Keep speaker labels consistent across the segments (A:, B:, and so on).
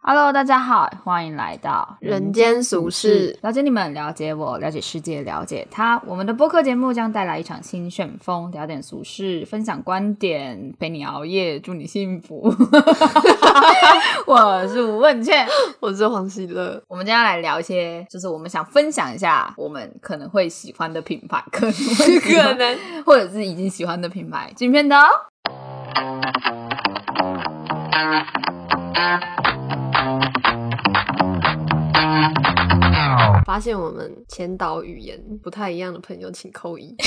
A: Hello，大家好，欢迎来到
B: 人间俗事，
A: 了解你们，了解我，了解世界，了解他。我们的播客节目将带来一场新旋风，聊点俗事，分享观点，陪你熬夜，祝你幸 福。我是吴问倩，
B: 我是黄喜乐。
A: 我们今天要来聊一些，就是我们想分享一下我们可能会喜欢的品牌，可能会喜欢
B: 可能
A: 或者是已经喜欢的品牌，今天的哦。
B: 发现我们前导语言不太一样的朋友，请扣一。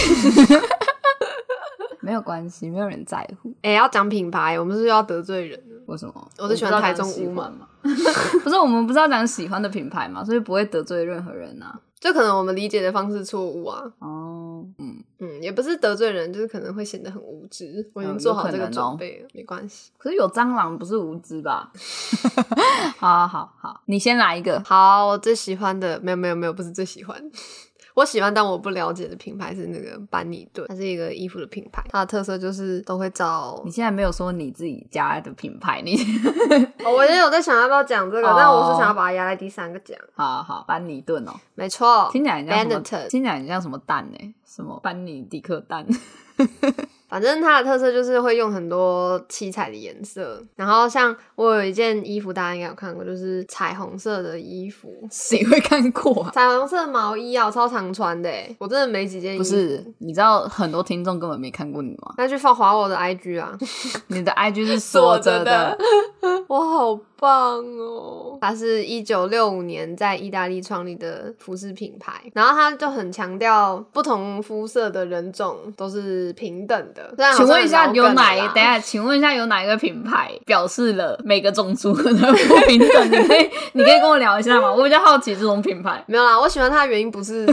A: 没有关系，没有人在乎。
B: 哎、要讲品牌，我们是不是要得罪人了？
A: 为什么？
B: 我就喜欢台中乌马
A: 嘛。 不是，我们不是要讲喜欢的品牌嘛，所以不会得罪任何人呐、
B: 就可能我们理解的方式错误啊。
A: 哦，嗯。
B: 嗯，也不是得罪人，就是可能会显得很无知。我已
A: 嗯
B: 经做
A: 有
B: 好
A: 可
B: 这个
A: 能哦
B: 准备了，没关系。
A: 可是有蟑螂不是无知吧？ 好好好好，你先来一个。
B: 好，我最喜欢的没有没有没有，不是最喜欢。 我喜欢但我不了解的品牌是那个班尼顿，它是一个衣服的品牌，它的特色就是都会找
A: 你现在没有说你自己家的品牌，你
B: 哦，我也有在想要不要讲这个，
A: 哦
B: 但我是想要把它压在第三个讲。
A: 好好班尼顿哦，
B: 没错，
A: 听起来很像什么
B: Benetton
A: 听起来很像什么蛋呢、什么班尼迪克蛋？
B: 反正它的特色就是会用很多七彩的颜色。然后像我有一件衣服，大家应该有看过，就是彩虹色的衣服，
A: 谁会看过 啊？
B: 彩虹色毛衣啊，我超常穿的欸，我真的没几件衣服。
A: 不是，你知道很多听众根本没看过你吗？
B: 那去放划我的 IG 啊，
A: 你的 IG 是锁着的，
B: 我好棒哦！它是一九六五年在意大利创立的服饰品牌，然后它就很强调不同肤色的人种都是平等的。虽然好像
A: 请问一下，
B: 很
A: 有
B: 老梗
A: 哪一
B: 了啦
A: 等一下，请问一下有哪一个品牌表示了每个种族的不平等？你可以 你可以跟我聊一下吗？我比较好奇这种品牌，
B: 没有啦，我喜欢它的原因 不是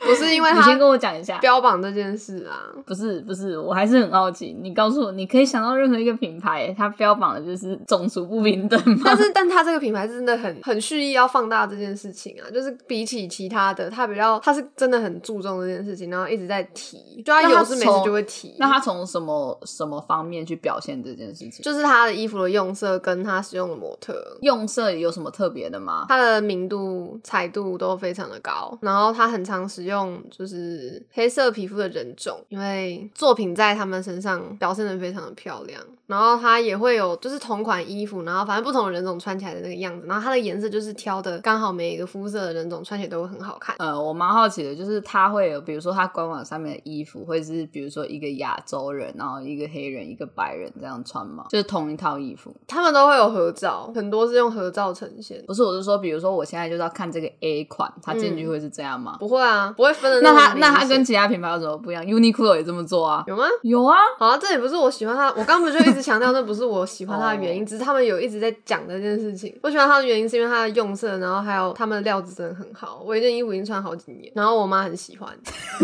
B: 不是因为
A: 你先
B: 它
A: 跟我讲一下。
B: 标榜这件事啊，
A: 不是不是，我还是很好奇。你告诉我，你可以想到任何一个品牌，它标榜的就是种族不平等吗？
B: 但是但它这个品牌真的很很蓄意要放大这件事情啊，就是比起其他的，它比较它是真的很注重这件事情，然后一直在提，就它
A: 那它
B: 有事没事
A: 从
B: 就会提。
A: 那它从什么什么方面去表现这件事情？
B: 就是它的衣服的用色跟它使用的模特。
A: 用色有什么特别的吗？
B: 它的明度、彩度都非常的高，然后它很常使用就是黑色皮肤的人种，因为作品在他们身上表现的非常的漂亮。然后它也会有就是同款衣服，然后反正不同的人种穿起来的那个样子，然后它的颜色就是挑的刚好每一个肤色的人种穿起来都会很好看。
A: 呃，我蛮好奇的，就是它会有，比如说它官网上面的衣服，会是比如说一个亚洲人，然后一个黑人，一个白人这样穿吗？就是同一套衣服？
B: 他们都会有合照，很多是用合照呈现。
A: 不是，我是说，比如说我现在就是要看这个 A 款，它进去会是这样吗？
B: 不会啊，不会分的
A: 那
B: 么
A: 它那它
B: 嗯明显
A: 跟其他品牌有什么不一样？Uniqlo 也这么做啊？
B: 有吗？
A: 有啊，
B: 好、啊，这也不是我喜欢他，我刚不就一直强调那不是我喜欢他的原因，只是他们有一直在讲这件事情。我喜欢他的原因是因为他的用色，然后还有他们的料子真的很好。我一件衣服已经穿好几年，然后我妈很喜欢，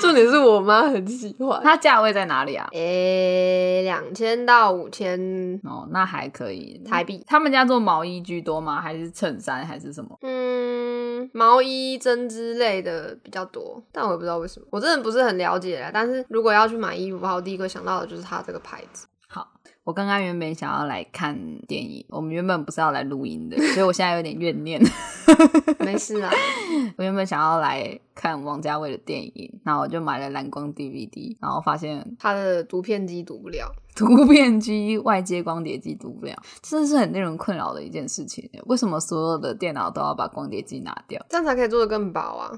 B: 重点是我妈很喜欢。
A: 它价位在哪里啊？
B: 诶、两千到五千，
A: 哦，那还可以。
B: 台币
A: 他们家做毛衣居多吗？还是衬衫还是什么？
B: 嗯，毛衣、针织类的比较多，但我也不知道为什么，我真的不是很了解啦。但是如果要去买衣服的话，我第一个想到的就是它这个牌子。
A: 我刚刚原本想要来看电影，我们原本不是要来录音的，所以我现在有点怨念。
B: 没事啊，
A: 我原本想要来看王家卫的电影，然后我就买了蓝光 DVD，然后发现
B: 它的读片机读不了。
A: 图片机、外接光碟机读不了，真的是很令人困扰的一件事情。欸为什么所有的电脑都要把光碟机拿掉？
B: 这样才可以做的更薄啊，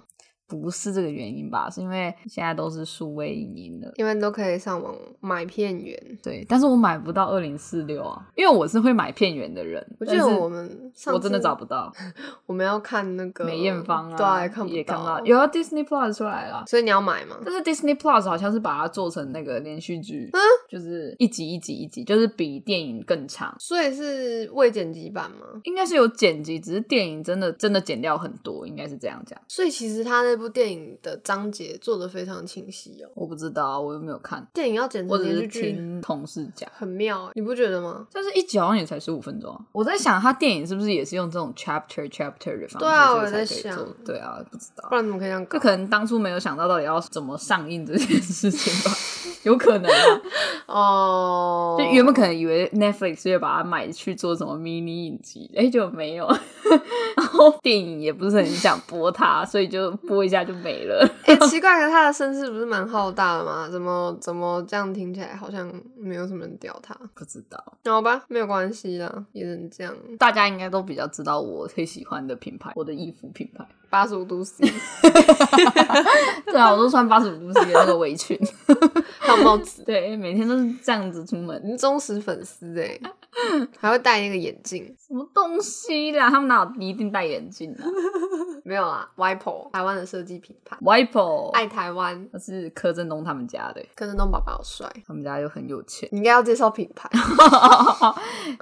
A: 不是这个原因吧？是因为现在都是数位影音了。
B: 因为都可以上网买片源。
A: 对，但是我买不到二零四六啊，因为我是会买片源的人。
B: 我记得
A: 但是
B: 我们上次
A: 我真的找不到
B: 我们要看那个
A: 梅艳芳啊，
B: 对啊，也看不
A: 也看不
B: 到
A: 到，，有啊 Disney Plus 出来了。
B: 所以你要买吗？
A: 但是 Disney Plus 好像是把它做成那个连续剧，
B: 嗯
A: 就是一集一集一集，就是比电影更长。
B: 所以是未剪辑版吗？
A: 应该是有剪辑，只是电影真的真的剪掉很多，应该是这样讲。
B: 所以其实他那部电影的章节做的非常清晰哦。
A: 我不知道啊，我又没有看，
B: 电影要剪
A: 我
B: 成
A: 只
B: 连
A: 是
B: 续剧，
A: 听同事讲。
B: 很妙欸，你不觉得吗？
A: 但是一集好像也才十五分钟啊、我在想他电影是不是也是用这种 chapter chapter 的方式，
B: 对啊
A: 所以
B: 我也在
A: 才可以
B: 想
A: 做对啊，不知道
B: 不，然怎么可以这样搞
A: 就？可能当初没有想到到底要怎么上映这件事情吧。有可能啊，
B: 哦，
A: 就原本可能以为 Netflix 会把它买去做什么迷你影集，哎、就没有， 然后电影也不是很想播它，所以就播一下就没了。
B: 哎、奇怪，可是他的身世不是蛮浩大的吗？怎么怎么这样听起来好像没有什么人屌他？
A: 不知道，
B: 好吧，没有关系啦，也能这样。
A: 大家应该都比较知道我最喜欢的品牌，我的衣服品牌。
B: 八十五度 C，
A: 对啊，我都穿八十五度 C 的那个围裙，
B: 还有帽子，
A: 对，每天都是这样子出门。
B: 你忠实粉丝哎、还会戴那个眼镜，
A: 什么东西啦？他们哪有一定戴眼镜啊
B: 没有啦，YPO 台湾的设计品牌，
A: ？Wipo，
B: 爱台湾，
A: 那是柯震东他们家的，
B: 柯震东爸爸好帅，
A: 他们家又很有钱。
B: 你应该要介绍品牌，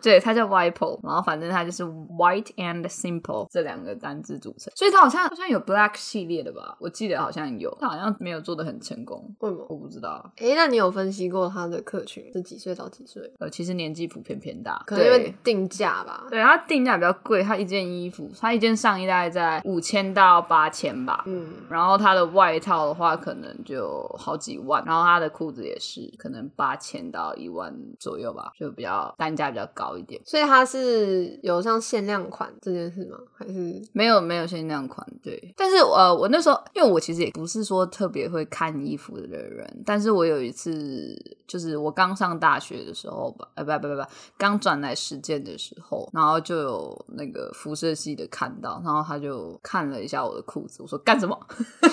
A: 对，它叫 Wipo，然后反正它就是 White and Simple 这两个单字组成，所以它好像好像有 Black 系列的吧？我记得好像有，它好像没有做的很成功，
B: 为什么？
A: 我不知道。
B: 哎、那你有分析过他的客群是几岁到几岁？
A: 呃，其实年纪普遍偏大，
B: 可能因为
A: 对。
B: 定价吧。
A: 对，它定价比较贵，它一件衣服，它一件上衣大概在五千到八千吧，
B: 嗯，
A: 然后它的外套的话，可能就好几万，然后它的裤子也是可能八千到一万左右吧，就比较单价比较高一点。
B: 所以它是有像限量款这件事吗？还是
A: 没有没有限量款，对。但是呃，我那时候因为我其实也不是说特别会看衣服的人，但是我有一次就是我刚上大学的时候吧，呃不不不不，刚转来实践的时候，然后就有那个辐射系的看到，然后他就看了一下我的裤子，我说干什么？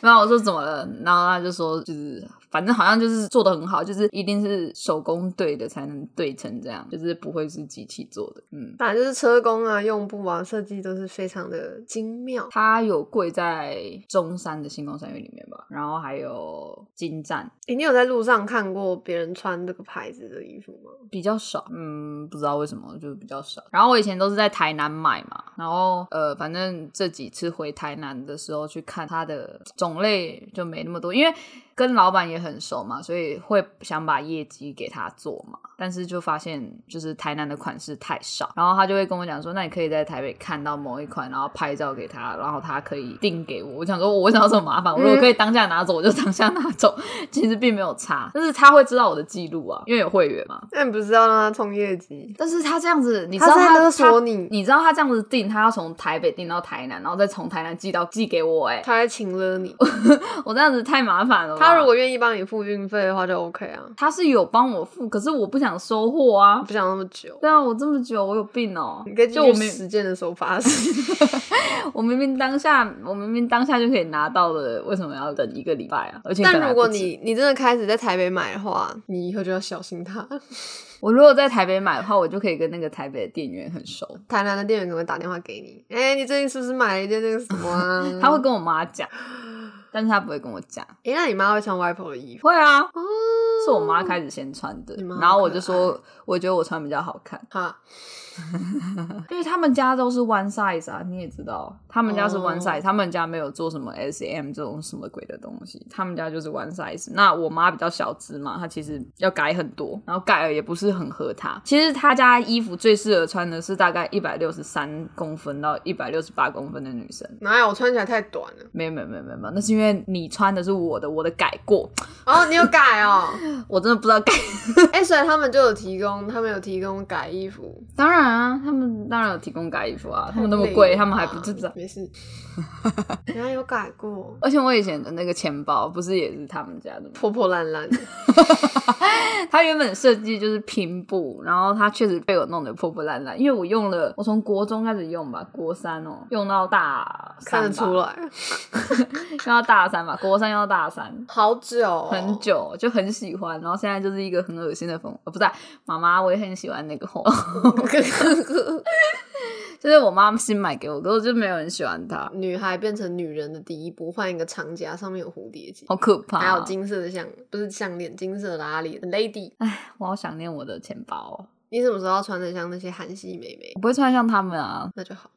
A: 然后我说怎么了？然后他就说就是反正好像就是做的很好，就是一定是手工对的才能对成这样，就是不会是机器做的，嗯。
B: 反正就是车工啊、用布啊、设计都是非常的精妙。
A: 它有贵在中山的星光三月里面吧，然后还有金站
B: 诶你有在路上看过别人穿这个牌子的衣服吗？
A: 比较少，嗯，不知道为什么就比较少。然后我以前都是在台南买嘛，然后呃，反正这几次回台南的时候去看它的种类就没那么多，因为跟老板也很熟嘛，所以会想把业绩给他做嘛。但是就发现就是台南的款式太少，然后他就会跟我讲说，那你可以在台北看到某一款，然后拍照给他，然后他可以订给我。我想说，我想要这么麻烦，我如果可以当下拿走，我就当下拿走， 其实并没有差，但是他会知道我的记录啊，因为有会员嘛。
B: 那你不是要让他冲业绩？
A: 但是他这样子，你知
B: 他
A: 道
B: 在
A: 他
B: 勒
A: 他
B: 索你
A: 你知道他这样子订，他要从台北订到台南，然后再从台南寄到寄给我、欸，
B: 他在请了你。
A: 我这样子太麻烦了吧。
B: 他如果愿意帮你付运费的话，就 OK 啊。
A: 他是有帮我付，可是我不想收货啊
B: 我。不想那么久，
A: 对啊，我这么久，我有病哦、
B: 你可以继
A: 就我
B: 续
A: 明
B: 实践的手 法是
A: 我明明当下，我明明当下就可以拿到了，为什么要等一个礼拜啊？而且可能
B: 但
A: 还
B: 如果
A: 不止
B: 你你真的开始在台北买的话，你以后就要小心他。
A: 我如果在台北买的话，我就可以跟那个台北的店员很熟，？
B: 台南的店员可能会打电话给你，哎、你最近是不是买了一件那个什么啊
A: 他会跟我妈讲，但是他不会跟我讲。
B: 哎、那你妈会穿 YPO 的衣服？
A: 会啊，
B: 哦，
A: 是我妈开始先穿的
B: 你妈，好
A: 然后我
B: 可
A: 就说，我觉得我穿比较好看，
B: 哈，
A: 因为他们家都是 one size 啊，你也知道，他们家是
B: 哦
A: one size，、他们家没有做什么 S M 这种什么鬼的东西，他们家就是 one size。那我妈比较小资嘛，她其实要改很多，然后改了也不是很合她。其实她家衣服最适合穿的是大概一百六十三公分到一百六十八公分的女生。
B: 哪有？我穿起来太短了。
A: 没有没有没有没有，没有那是因为你穿的是我的，我的改过，
B: 哦，你有改哦？
A: 我真的不知道改。
B: 哎、所以他们就有提供，他们有提供改衣服，
A: 当然啊，他们当然有提供改衣服啊，他们那么
B: 太累
A: 贵，
B: 了
A: 他们还
B: 吧
A: 不知道。
B: 哦 没事，原来有改过，
A: 而且我以前的那个钱包不是也是他们家的吗？
B: 破破烂 烂的。
A: 它原本设计就是拼布，然后它确实被我弄得破破烂烂，因为我用了，我从国中开始用吧，国三哦，用到大三
B: 看
A: 吧，
B: 得出来，
A: 用到大三吧，国三用到大三。
B: 好久哦、
A: 很 久就很喜欢，然后现在就是一个很恶心的风，呃，不是啊、妈妈，我也很喜欢那个红， 就是我妈新买给我，可是我就没有很喜欢它，
B: 女孩变成女人的第一步，换一个长夹，上面有蝴蝶结，
A: 好可怕、啊哦
B: 还有金色的项，不是项链，金色的拉链，lady。
A: 我好想念我的钱包、哦，
B: 你什么时候要穿的像那些韩系妹妹？
A: 我不会穿像他们啊，
B: 那就好。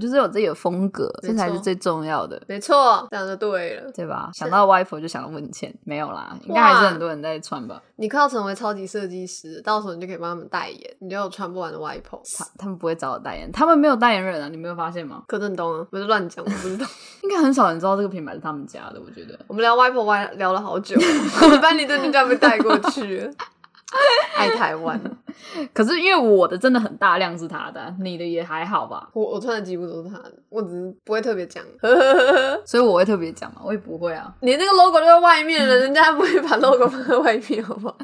A: 就是有自己的风格，
B: 没错
A: 这才是最重要的。
B: 没错，讲的对了。
A: 对吧？想到 wife 就想到文倩，没有啦，应该还是很多人在穿吧。
B: 你快要成为超级设计师，到时候你就可以帮他们代言，你就有穿不完的外袍。
A: 他他们不会找我代言，他们没有代言人啊，你没有发现吗？
B: 柯震东啊，不是乱讲，我不知道。
A: 应该很少人知道这个品牌是他们家的，我觉得。
B: 我们聊外婆外聊了好久，我把你的女家被带过去 了，爱台湾。
A: 可是因为我的真的很大量是他的，啊你的也还好吧，
B: 我我穿的几乎都是他的，我只是不会特别讲。
A: 所以我会特别讲嘛，我也不会啊。
B: 你那个 logo 就在外面了，人家不会把 logo 放在外面，好不好？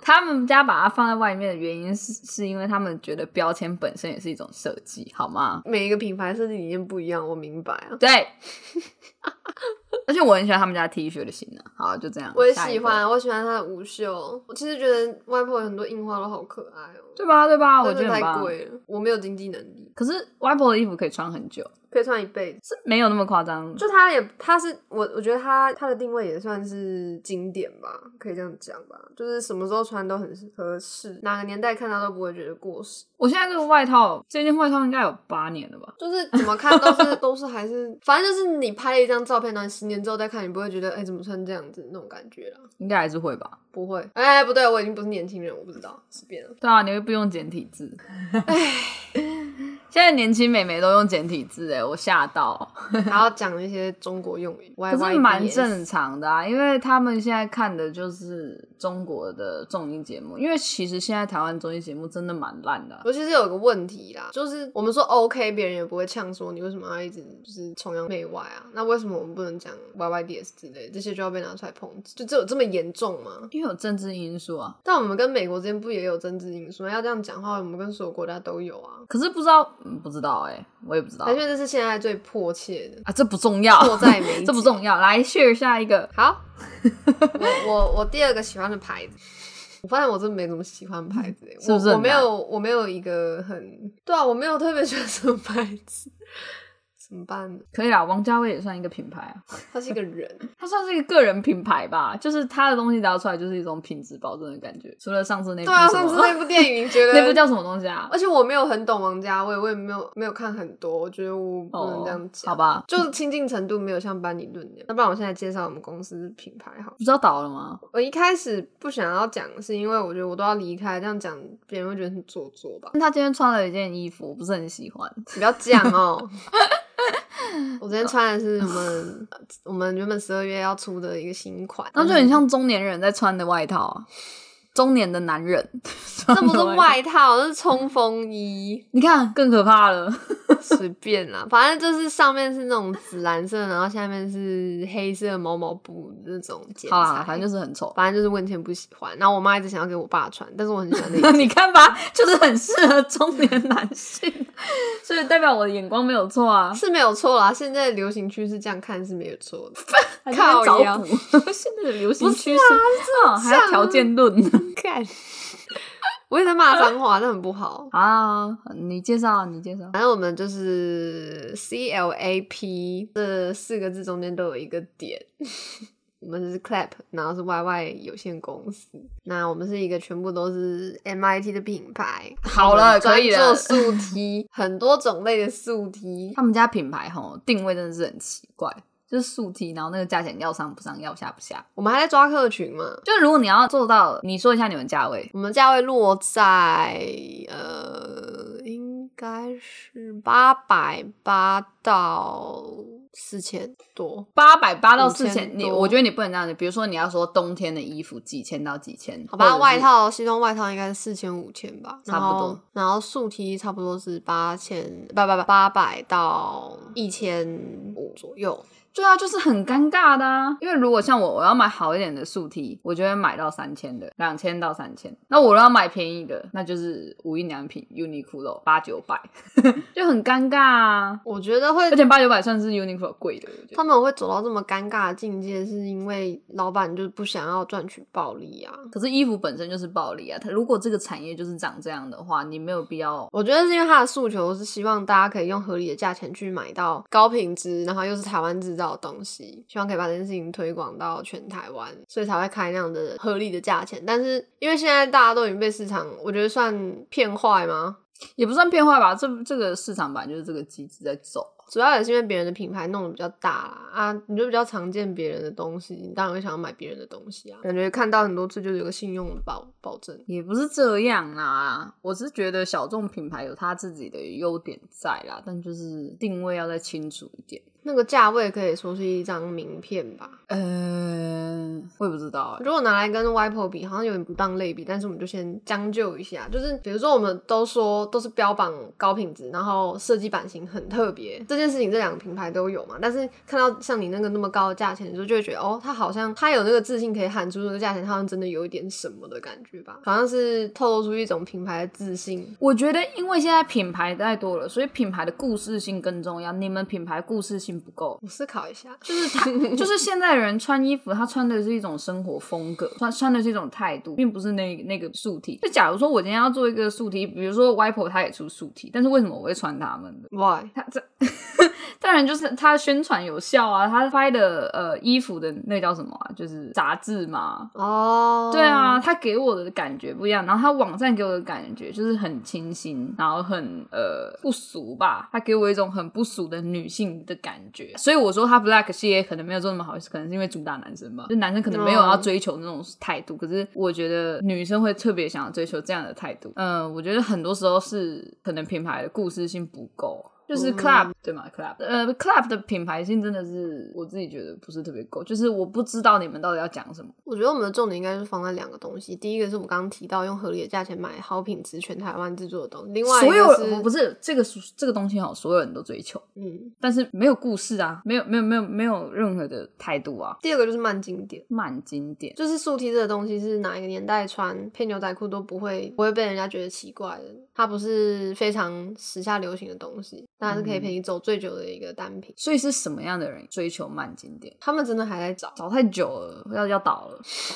A: 他们家把它放在外面的原因是，是因为他们觉得标签本身也是一种设计，好吗？
B: 每一个品牌设计理念不一样，我明白啊。
A: 对。 而且我很喜欢他们家 T 恤的型呢、啊，好，就这样。
B: 我也
A: 下一
B: 喜
A: 个，
B: 欢，我喜欢它的无袖。我其实觉得外婆有很多印花都好可爱哦、
A: 对吧？对吧？我觉
B: 真
A: 得
B: 的
A: 很
B: 太
A: 棒。
B: 贵了，我没有经济能力，
A: 可是 w i p o 的衣服可以穿很久，
B: 可以穿一辈子。
A: 是没有那么夸张。
B: 就它也，它是我，我觉得它它的定位也算是经典吧，可以这样讲吧，就是什么时候穿都很合适，哪个年代看它都不会觉得过时，
A: 我现在这个外套，这件外套应该有八年了吧？
B: 就是怎么看都 是都是还是，反正就是你拍了一张照片，然后十年之后再看，你不会觉得哎、怎么穿这样子那种感觉啦，
A: 应该还是会吧？
B: 不会，哎、不对，我已经不是年轻人，我不知道，随 便了，
A: 对啊，你又不用简体字。 现在年轻美眉都用简体字哎，我吓到。
B: 还要讲一些中国用语，可
A: 可是蛮正常的啊，因为他们现在看的就是中国的综艺节目，因为其实现在台湾综艺节目真的蛮烂的啊、
B: 尤其是有个问题啦，就是我们说 OK，别人也不会呛说你为什么要一直就是崇洋媚外啊？那为什么我们不能讲 YYDS 之类这些就要被拿出来抨击？就这有这么严重吗？
A: 因为有政治因素啊。
B: 但我们跟美国之间不也有政治因素？要这样讲话，我们跟所有国家都有啊。
A: 可是不知道，嗯、不知道哎、我也不知道
B: 而且这是现在最迫切的，
A: 啊，这不重要，
B: 迫在眉 睫。
A: 这不重要。来，share 下一个，
B: 好，我我我第二个喜欢的牌子，我发现我真的没怎么喜欢牌子欸，
A: 是不是
B: 我我
A: 很
B: 没
A: 难
B: 有我没有一个很对啊，我没有特别喜欢什么牌子， 怎么办呢？
A: 可以啦。王家卫也算一个品牌啊，
B: 他是一个人，
A: 他算是一个个人品牌吧，就是他的东西拿出来就是一种品质保证的感觉。除了上次 那部
B: 对啊，
A: 什么
B: 上次那部电影觉得
A: 那部叫什么东西啊？
B: 而且我没有很懂王家卫，我也没有没有看很多，我觉得我 不能这样
A: 哦
B: 讲，
A: 好，吧，
B: 就是亲近程度没有像班尼顿那样。那不然我现在介绍我们公司品牌好了。
A: 不知道倒了吗？
B: 我一开始不想要讲，是因为我觉得我都要离开，这样讲别人会觉得很做作吧。
A: 他今天穿了一件衣服，我不是很喜欢。
B: 你不要讲 哦。我今天穿的是我们我们原本十二月要出的一个新款，
A: 那就很像中年人在穿的外套啊，中年的男人。
B: 这
A: 穿
B: 不是
A: 的套，
B: 外套，这是冲锋衣。
A: 你看更可怕了。
B: 随便啦， 反正就是上面是那种紫蓝色，然后下面是黑色毛毛布那种剪裁。
A: 好啦，反正就是很丑。
B: 反正就是问钱不喜欢。然后我妈一直想要给我爸穿，但是我很喜欢那 一
A: 你看吧，就是很适合中年男性， 所以代表我的眼光没有错啊。
B: 是没有错啦。现在流行趋势这样看是没有错的。
A: 还在那边
B: 靠
A: 找
B: 腰
A: 补，现在的流行
B: 不是
A: 趋势啊，还要条件 论
B: 看， 我也在骂脏话，那很不好。
A: 啊！你介绍，你介绍。
B: 反正我们就是 C L A P 这四个字中间都有一个点。 我们就是 Clap，然后是 YY 有限公司。那我们是一个全部都是 MIT 的品牌。
A: 好了可以
B: 专
A: 了
B: 做速梯， 很多种类的速梯。
A: 他们家品牌吼定位真的是很奇怪，就是速梯，然后那个价钱要上不上，要下不下。
B: 我们还在抓客群嘛？
A: 就如果你要做到，你说一下你们价位，
B: 我们价位落在呃，应该是八百八到四千多。
A: 八百八到四
B: 5000
A: 千，你
B: 多
A: 我觉得你不能这样子。比如说你要说冬天的衣服几千到几千，
B: 好吧，
A: 或者是
B: 外套西装外套应该是四千五千吧，
A: 差不
B: 然后
A: 多。
B: 然后竖梯差不多是八千，不不不，八百到一千五左右。
A: 对啊，就是很尴尬的啊。因为如果像我，我要买好一点的速梯，我就会买到三千的，两千到三千。那我要买便宜的，那就是无印良品 Uniqlo 八九百， 就很尴尬啊。
B: 我觉得会
A: 而且八九百算是 Uniqlo 贵的，我觉得
B: 他们会走到这么尴尬的境界，是因为老板就不想要赚取暴利啊。
A: 可是衣服本身就是暴利啊，它如果这个产业就是长这样的话，你没有必要。
B: 我觉得是因为他的诉求是希望大家可以用合理的价钱去买到高品质，然后又是台湾制造的东西，希望可以把这件事情推广到全台湾，所以才会开那样的合理的价钱。但是因为现在大家都已经被市场，我觉得算骗坏吗？
A: 也不算变坏吧，这这个市场版就是这个机制在走。
B: 主要也是因为别人的品牌弄得比较大啦啊，你就比较常见别人的东西，你当然会想要买别人的东西啊。感觉看到很多次就是有个信用的保保证。
A: 也不是这样啦，我只是觉得小众品牌有它自己的优点在啦，但就是定位要再清楚一点。
B: 那个价位可以说是一张名片吧。
A: 嗯、我也不知道、欸，
B: 如果拿来跟 WIPO 比，好像有点不当类比，但是我们就先将就一下。就是比如说，我们都说都是标榜高品质，然后设计版型很特别这件事情，这两个品牌都有嘛。但是看到像你那个那么高的价钱，你就就会觉得哦，它好像它有那个自信可以喊出那个价钱，它好像真的有一点什么的感觉吧，好像是透露出一种品牌的自信。
A: 我觉得因为现在品牌太多了，所以品牌的故事性更重要。你们品牌故事性不够，
B: 我思考一下，
A: 就是他，就是现在的人穿衣服，他穿的是一种生活风格，穿穿的是一种态度，并不是那那个素体。就假如说我今天要做一个素体，比如说 YPO 他也出素体，但是为什么我会穿他们的？
B: Why？
A: 他这当然就是他宣传有效啊，他拍的呃衣服的那叫什么啊？就是杂志嘛。
B: 哦，
A: 对啊，，他给我的感觉不一样，然后他网站给我的感觉就是很清新，然后很呃不俗吧，他给我一种很不俗的女性的感觉，所以我说他 Black 系列可能没有做那么好，可能是因为主打男生吧，就男生可能没有
B: 哦
A: 要追求那种态度，可是我觉得女生会特别想要追求这样的态度，嗯、我觉得很多时候是可能品牌的故事性不够。就是 club、对吗？club 呃，club 的品牌性真的是我自己觉得不是特别够，就是我不知道你们到底要讲什么。
B: 我觉得我们的重点应该是放在两个东西，第一个是我刚刚提到用合理的价钱买好品质全台湾制作的东西，另外一
A: 所有
B: 个
A: 人我不是这个这个东西好，哦所有人都追求，
B: 嗯，
A: 但是没有故事啊，没有没有没有没有任何的态度啊，
B: 第二个就是慢经典。
A: 蛮经典。
B: 就是素 T 这个东西是哪一个年代穿配牛仔裤都不会不会被人家觉得奇怪的，它不是非常时下流行的东西，但它是可
A: 嗯
B: 以陪你走最久的一个单品。
A: 所以是什么样的人追求慢经典？
B: 他们真的还在找，
A: 找太久了，要要倒了，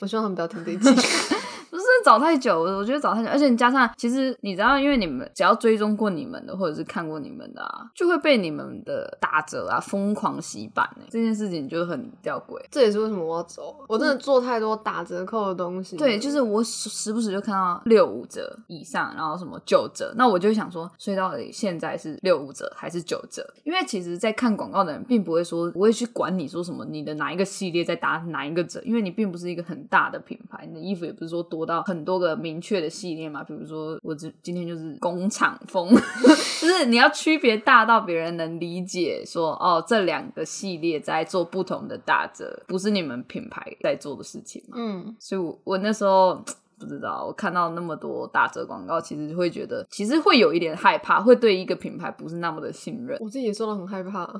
B: 我希望他们不要听这一集。
A: 不是找太久了，我觉得找太久，而且你加上，其实你知道，因为你们只要追踪过你们的，或者是看过你们的啊，就会被你们的打折啊疯狂洗版、欸、这件事情就很吊诡。
B: 这也是为什么我要走，啊我真的做太多打折扣的东西
A: 嗯
B: 了。
A: 对，就是我时时不时就看到六五折以上，然后什么九折，那我就会想说，所以到底现在是六五折还是九折？因为其实，在看广告的人并不会说，不会去管你说什么你的哪一个系列在打哪一个折，因为你并不是一个很大的品牌，你的衣服也不是说多到很多个明确的系列嘛。比如说，我只今天就是工厂风， 就是你要区别大到别人能理解说，哦，这两个系列在做不同的打折，不是你们品牌在做的事情嘛。
B: 嗯，
A: 所以我我那时候不知道，我看到那么多打折广告，其实会觉得，其实会有一点害怕，会对一个品牌不是那么的信任。
B: 我自己也做到很害怕。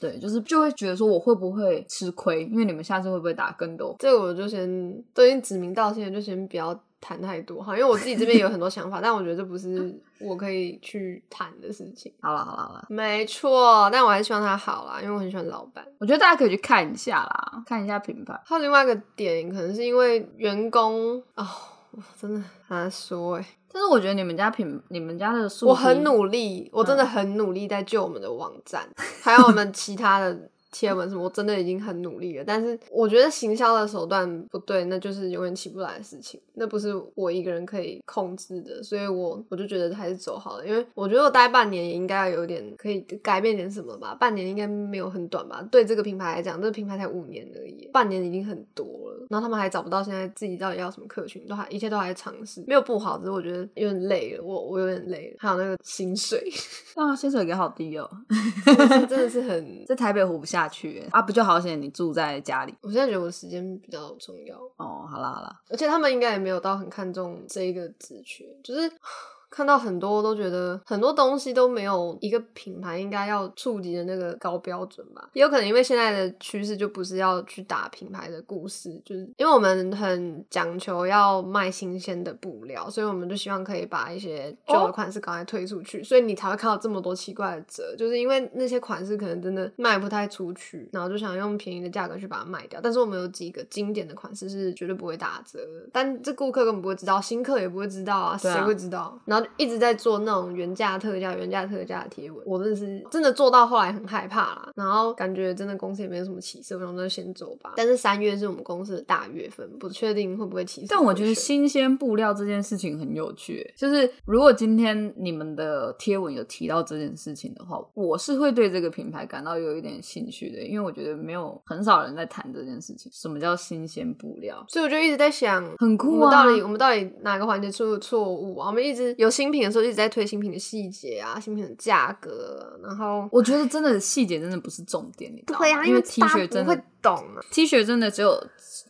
A: 对，就是就会觉得说我会不会吃亏，因为你们下次会不会打更多？
B: 这个我就先都已经指名道姓了，就先不要谈太多哈，因为我自己这边有很多想法，但我觉得这不是我可以去谈的事情。
A: 好了好了好了，
B: 没错，但我还是希望它好啦，因为我很喜欢老板。
A: 我觉得大家可以去看一下啦，看一下品牌。
B: 还有另外一个点，可能是因为员工哦，我真的很难说哎、
A: 但是我觉得你们家品，你们家的数，
B: 我很努力，我真的很努力在救我们的网站，还有我们其他的。贴文什么，我真的已经很努力了，但是我觉得行销的手段不对，那就是永远起不来的事情，那不是我一个人可以控制的，所以我我就觉得还是走好了，因为我觉得我待半年也应该要有点可以改变点什么吧，半年应该没有很短吧，对这个品牌来讲，这个品牌才五年而已，半年已经很多了，然后他们还找不到现在自己到底要什么客群，都还一切都还在尝试，没有不好，只是我觉得有点累了，我我有点累了，还有那个薪水，
A: 啊，薪水给好低哦，
B: 真的是真的是很，
A: 在台北活不下去欸啊，不就好险你住在家里
B: 我现在觉得我的时间比较重要，
A: 哦。好啦好啦，
B: 而且他们应该也没有到很看重这一个职缺，就是 看到很多都觉得很多东西都没有一个品牌应该要触及的那个高标准吧。也有可能因为现在的趋势就不是要去打品牌的故事，就是因为我们很讲求要卖新鲜的布料，所以我们就希望可以把一些旧的
A: 哦
B: 款式赶快推出去，所以你才会看到这么多奇怪的折，就是因为那些款式可能真的卖不太出去，然后就想用便宜的价格去把它卖掉。但是我们有几个经典的款式是绝对不会打折的，但这顾客根本不会知道，新客也不会知道啊，谁
A: 对啊
B: 会知道？然后然后一直在做那种原价特价、原价特价的贴文，我真的是真的做到后来很害怕啦，然后感觉真的公司也没有什么起色，我想说先走吧。但是三月是我们公司的大月份，不确定会不会起色。
A: 但我觉得新
B: 新
A: 鲜布料这件事情很有趣，欸就是如果今天你们的贴文有提到这件事情的话，我是会对这个品牌感到有一点兴趣的，因为我觉得没有很少人在谈这件事情，什么叫新鲜布料，
B: 所以我就一直在想，
A: 很
B: 我
A: 酷
B: 们
A: 啊！
B: 到底我们到底哪个环节出了错误啊？我们一直有新品的时候一直在推新品的细节啊，新品的价格啊，然后
A: 我觉得真的细节真的不是重点，你知道吗
B: 对啊，
A: 因
B: 为
A: T
B: 大
A: 恤
B: 家
A: 真
B: 不
A: 的
B: 会懂啊。
A: T 恤真的只有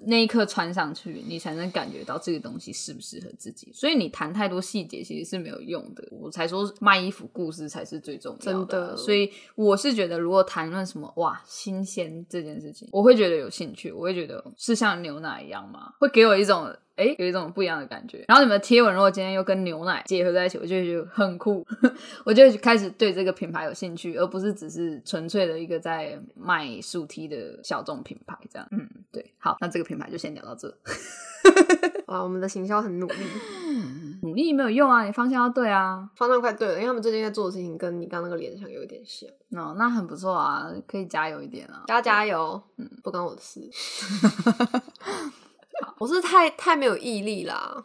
A: 那一刻穿上去，你才能感觉到这个东西适不适合自己。所以你谈太多细节其实是没有用的。我才说卖衣服故事才是最重要
B: 真
A: 的啊。
B: 的
A: 所以我是觉得，如果谈论什么哇新鲜这件事情，我会觉得有兴趣，我会觉得是像牛奶一样吗？会给我一种。诶，有一种不一样的感觉。然后你们的贴文如果今天又跟牛奶结合在一起，我就会觉得很酷。我就开始对这个品牌有兴趣，而不是只是纯粹的一个在卖竖梯的小众品牌这样。嗯，对，好，那这个品牌就先聊到这。
B: 哇，我们的行销很努力，
A: 努力没有用啊，你方向要对啊。
B: 方向快对了，因为他们最近在做的事情跟你刚刚那个联想有点像。
A: 哦，那很不错啊，可以加油一点啊。
B: 大家加油，嗯，不关我 的事。好我是太太没有毅力啦，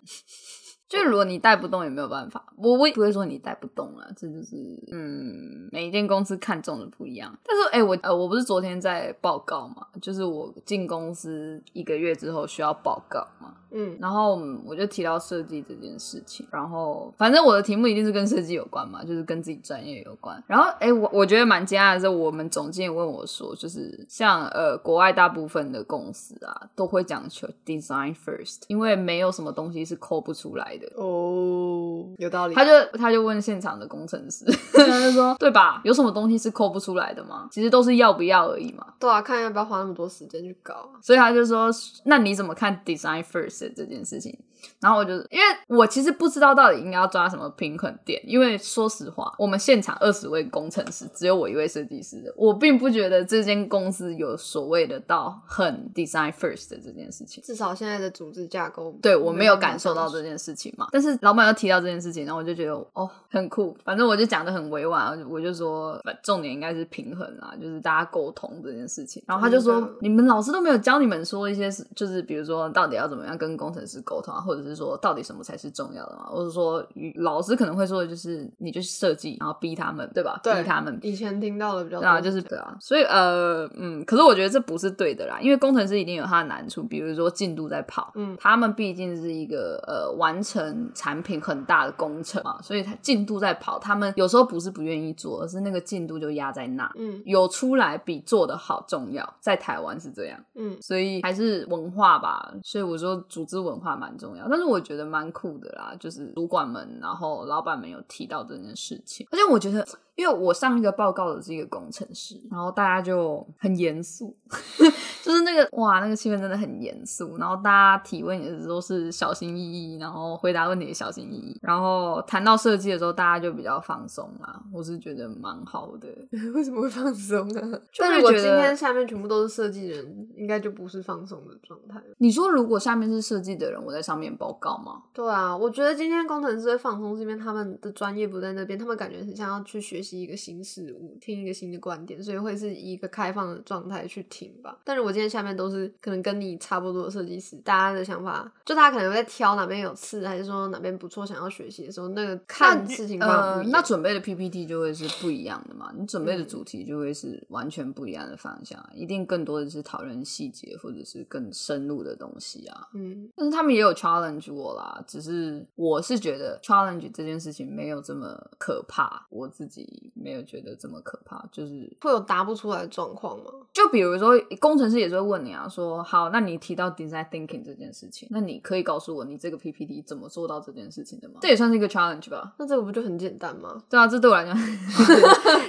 A: 就如果你带不动也没有办法，我我也不会说你带不动了，这就是嗯，每一间公司看重的不一样。但是哎、我呃我不是昨天在报告嘛，就是我进公司一个月之后需要报告嘛，
B: 嗯，
A: 然后嗯我就提到设计这件事情，然后反正我的题目一定是跟设计有关嘛，就是跟自己专业有关。然后哎，我我觉得蛮惊讶的是，我们总监也问我说，就是像呃国外大部分的公司啊，都会讲求 design first，因为没有什么东西是抠不出来的。
B: 哦，有道理。
A: 他就他就问现场的工程师， 他就说：“对吧？有什么东西是抠不出来的吗？其实都是要不要而已嘛。”
B: 对啊，看要不要花那么多时间去搞啊。
A: 所以他就说：“那你怎么看 design first 这件事情？”然后我就因为我其实不知道到底应该要抓什么平衡点，因为说实话，我们现场二十位工程师只有我一位设计师，我并不觉得这间公司有所谓的到很 design first 的这件事情。
B: 至少现在的组织架构，
A: 对我没有感受到
B: 这。
A: 这件事情嘛，但是老板又提到这件事情，然后我就觉得哦很酷，反正我就讲的很委婉，我啊就我就说反重点应该是平衡啊，就是大家沟通这件事情。然后他就说
B: 真的
A: 你们老师都没有教你们说一些事，就是比如说到底要怎么样跟工程师沟通啊，或者是说到底什么才是重要的嘛，或者说老师可能会说的就是你就设计，然后逼他们对吧？
B: 对
A: 逼他们
B: 以前听到的比较
A: 对啊，
B: 多，
A: 就是对啊，所以呃，嗯，可是我觉得这不是对的啦，因为工程师一定有他的难处，比如说进度在跑，
B: 嗯
A: 他们毕竟是一个呃完成产品很大的工程嘛，所以他进度在跑，他们有时候不是不愿意做，而是那个进度就压在那，
B: 嗯
A: 有出来比做的好重要，在台湾是这样。
B: 嗯，
A: 所以还是文化吧。所以我说组织文化蛮重要，但是我觉得蛮酷的啦，就是主管们，然后老板们有提到这件事情，而且我觉得。因为我上一个报告的是一个工程师，然后大家就很严肃， 就是那个哇，那个气氛真的很严肃，然后大家提问也是都是小心翼翼，然后回答问题也小心翼翼，然后谈到设计的时候，大家就比较放松啦，我是觉得蛮好的。
B: 为什么会放松呢？
A: 就
B: 但
A: 会
B: 如果
A: 觉
B: 今
A: 得
B: 天下面全部都是设计人，应该就不是放松的状态了。
A: 你说如果下面是设计的人，我在上面报告吗？
B: 对啊，我觉得今天工程师会放松，是因为他们的专业不在那边，他们感觉很像要去学习一个新事物，听一个新的观点，所以会是以一个开放的状态去听吧。但是我今天下面都是可能跟你差不多的设计师，大家的想法，就大家可能会在挑哪边有刺，还是说哪边不错，想要学习的时候，那个看事情方法
A: 呃
B: 不一，样。嗯
A: 那准备的 PPT 就会是不一样的嘛，你准备的主题就会是完全不一样的方向啊，一定更多的是讨论细节或者是更深入的东西啊。
B: 嗯，
A: 但是他们也有 challenge 我啦，只是我是觉得 challenge 这件事情没有这么可怕，我自己没有觉得这么可怕，就是
B: 会有答不出来的状况吗？
A: 就比如说，工程师也是会问你啊，说好，那你提到 design thinking 这件事情，那你可以告诉我你这个 PPT 怎么做到这件事情的吗？这也算是一个 challenge 吧。
B: 那这个不就很简单吗？
A: 对啊，这对我来讲，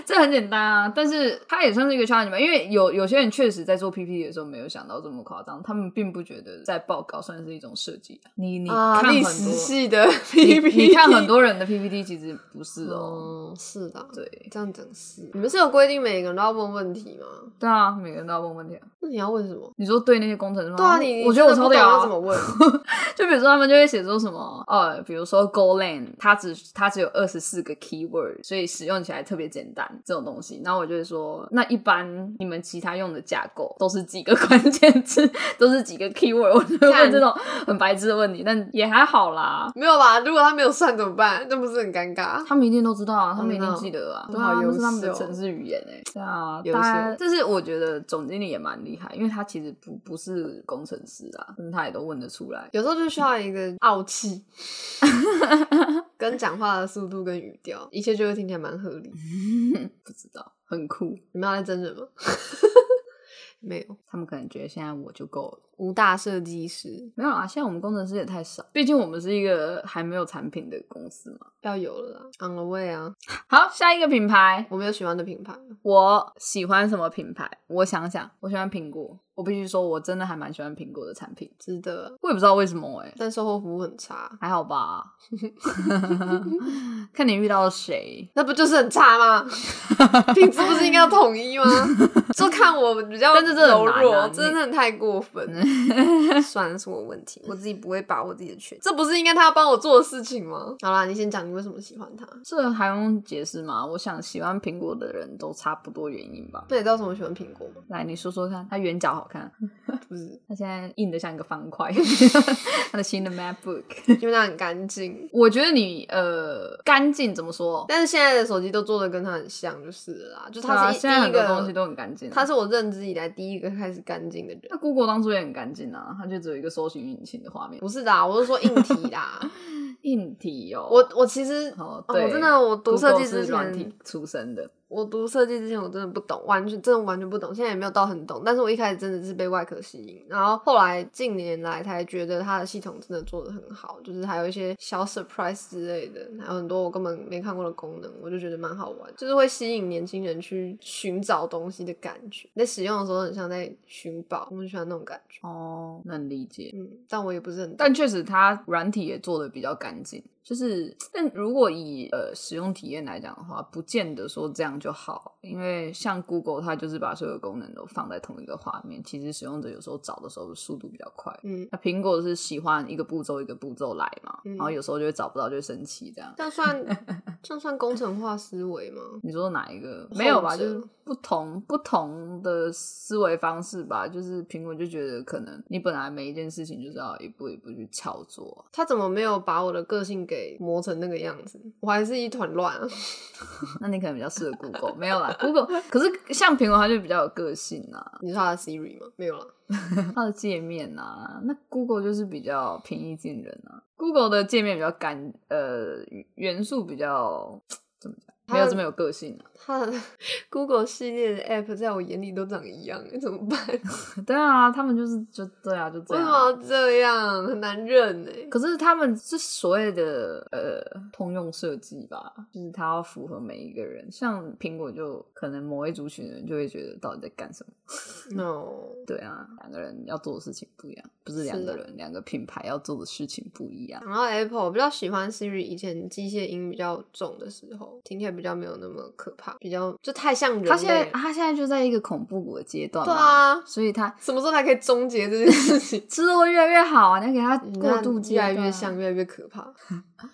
A: 这很简单啊，但是它也算是一个 challenge 吧，因为有有些人确实在做 PPT 的时候没有想到这么夸张，他们并不觉得在报告算是一种设计啊。你你
B: 啊，
A: 看很
B: 历
A: 多，
B: 史系的
A: 你
B: PPT，
A: 你看很多人的 PPT 其实不是哦，
B: 哦，是的，
A: 对，
B: 这样讲是，你们是有规定每个人都要问问题吗？
A: 对啊，每个人都要问问题啊。
B: 那你要问什么？
A: 你说对那些工程师吗？
B: 对啊，你
A: 哦我觉得我超屌、
B: 要
A: 啊。
B: 怎么问？
A: 就比如说他们就会写说什么，呃，比如说 Golang，它只它只有二十四个 keyword，所以使用起来特别简单这种东西。然后我就会说，那一般你们其他用的架构都是几个 关键字，都是几个 keyword，我就会
B: 干
A: 问这种很白痴的问题，但也还好啦。
B: 没有吧？如果他没有算怎么办？那不是很尴尬？
A: 他们一定都知道啊，他们一
B: 真
A: 定
B: 的
A: 记得啊，
B: 嗯
A: 对啊
B: 好，
A: 那
B: 优
A: 是他们的
B: 秀
A: 城市语言哎、对啊，
B: 优
A: 大家
B: 秀
A: 这是我觉得总经理也蛮厉害，因为他其实不不是工程师啊，但是他也都问得出来。
B: 有时候就需要一个傲气，跟讲话的速度跟语调，一切就会听起来蛮合理。
A: 嗯不知道，很酷。
B: 你们要来真人吗？ 没有，
A: 他们可能觉得现在我就够了，
B: 吴大设计师
A: 没有啊。现在我们工程师也太少，毕竟我们是一个还没有产品的公司嘛。
B: 要有了啦，On the way 啊！
A: 好，下一个品牌，
B: 我没有喜欢的品牌，
A: 我喜欢什么品牌？我想想，我喜欢苹果。我必须说，我真的还蛮喜欢苹果的产品，
B: 值得啊，
A: 我也不知道为什么哎、
B: 但售后服务很差，
A: 还好吧， 看你遇到谁。
B: 那不就是很 差吗？品质不是应该要统一吗？就看我比较
A: 但是这很
B: 柔
A: 难啊
B: 弱，
A: 你嗯
B: 真的太过分了。 算了，是我的问题，我自己不会把握自己的权，这不是应该他要帮我做的事情吗？好啦，你先讲你为什么喜欢他。
A: 这还用解释吗？我想喜欢苹果的人都差不多原因吧。
B: 那你知道为什么我喜欢苹果吗？
A: 来，你说说看，它圆角好看，
B: 不是，
A: 它现在硬的像一个方块， 它的新的 MacBook。
B: 因为它很干净。
A: 我觉得你呃干净怎么说？
B: 但是现在的手机都做的跟它很像，就是了啦，就是
A: 对啊
B: 它是一
A: 现在
B: 第
A: 很
B: 一
A: 多
B: 个
A: 东西都很干净啊
B: 它是我认知以来第一个开始干净的人。
A: 那 Google 当初也很干净啊，它就只有一个搜寻引擎的画面。
B: 不是啦，我是说硬体 啦。
A: 硬体哦，
B: 我我其实
A: 哦
B: 我
A: 对
B: 真的我读设
A: Google
B: 计
A: 是
B: 之
A: 软体
B: 前，
A: 出身的，
B: 我读设计之前我真的不懂，完全真的完全不懂，现在也没有到很懂。但是我一开始真的是被外壳吸引，然后后来近年来才觉得它的系统真的做的很好，就是还有一些小 surprise 之类的，还有很多我根本没看过的功能，我就觉得蛮好玩，就是会吸引年轻人去寻找东西的感觉。你在使用的时候很像在寻宝，我很喜欢那种感觉。
A: 哦，能理解。
B: 嗯，但我也不是很懂。
A: 但确实它软体也做的比较干净。就是，但如果以呃使用体验来讲的话，不见得说这样就好，因为像 Google 它就是把所有功能都放在同一个画面，其实使用者有时候找的时候速度比较快。
B: 嗯，
A: 那苹果是喜欢一个步骤一个步骤来嘛，
B: 嗯
A: 然后有时候就会找不到，就会生气这样。
B: 这样算这样算工程化思维吗？
A: 你说哪一个？
B: 后者
A: 没有吧，就是不同不同的思维方式吧。就是苹果就觉得可能你本来每一件事情就是要一步一步去操作，
B: 他怎么没有把我的个性给磨成那个样子？我还是一团乱啊！
A: 那你可能比较适合 Google，没有啦，Google。可 是像苹果，它就比较有个性啊，
B: 你说他的 Siri 吗？没有啦，
A: 它的界面啊，那 Google 就是比较平易近人啊。Google 的界面比较干，呃，元素比较怎么讲，没有这么有个性啊。
B: 他的 Google 系列的 App 在我眼里都长一样，怎么办？
A: 对啊，他们就是就对啊，就这
B: 为什
A: 样
B: 么
A: 啊。
B: 要这样？很难认哎、
A: 可是他们是所谓的呃通用设计吧，就是它要符合每一个人。像苹果就可能某一族群的人就会觉得到底在干什么。
B: No，
A: 对啊，两个人要做的事情不一样，不是两
B: 是
A: 个
B: 啊
A: 人，两个品牌要做的事情不一样。
B: 然后 Apple 我比较喜欢 Siri 以前机械音比较重的时候，听起来比较没有那么可怕，比较就太像人类了。
A: 他现在啊他现在就在一个恐怖谷的阶段，
B: 对，啊，
A: 所以他？
B: 什么时候才可以终结这件事情
A: 之后会越来越好啊，你要给他过渡阶
B: 越来
A: 段
B: 越像，。越来越可怕，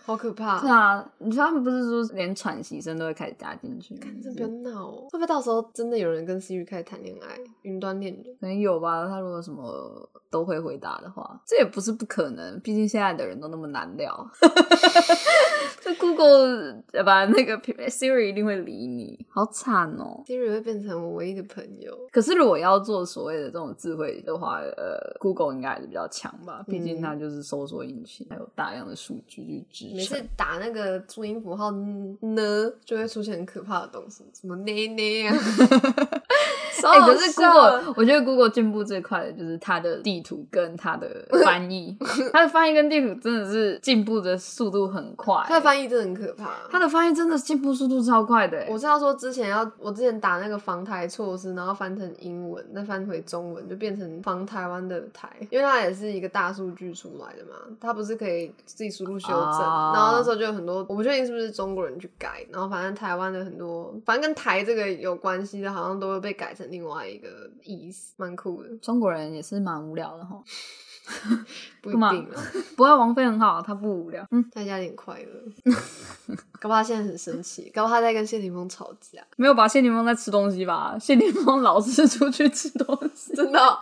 B: 好可怕！
A: 是啊，你说他们不是说连喘息声都会开始加进去吗，
B: 真不要闹哦！会不会到时候真的有人跟 Siri 开始谈恋爱？云端恋人？
A: 可能有吧。他如果什么都会回答的话，这也不是不可能，毕竟现在的人都那么难聊。 这 Google 呃把那个 Siri 一定会理你，好惨哦。
B: Siri 会变成我唯一的朋友。
A: 可是如果要做所谓的这种智慧的话，呃，Google 应该还是比较强吧，毕
B: 嗯
A: 竟它就是搜索引擎，还有大量的数据去
B: 每
A: 支
B: 次
A: 撑。
B: 打那个注音 符 号呢，就会出现很可怕的东西，什么呢呢啊，
A: 哎、
B: 哎
A: 可是 Google，我觉得 Google 进步最快的就是它的地图跟它的翻 译，它的翻译跟地图真的是进步的速度很快、
B: 它的翻译真的很可怕。
A: 它的翻译真的进步速度超快的、欸
B: 我是要说，之前要我之前打那个防台措施，然后翻成英文，再翻回中文，就变成防台湾的台，因为它也是一个大数据出来的嘛，它不是可以自己输入修正，
A: 哦
B: 然后那时候就有很多，我不确定是不是中国人去改，然后反正台湾的很多，反正跟台这个有关系的，好像都会被改成另外一个意思，蛮酷的，
A: 中国人也是蛮无聊的哈，
B: 不一
A: 干嘛
B: 定 啊，
A: 不过王菲很好，她不无聊。嗯，
B: 大家有点快乐，搞不好他现在很生气，搞不好他在跟谢霆锋吵架，
A: 没有吧？谢霆锋在吃东西吧？谢霆锋老是出去吃东西，
B: 真的哦、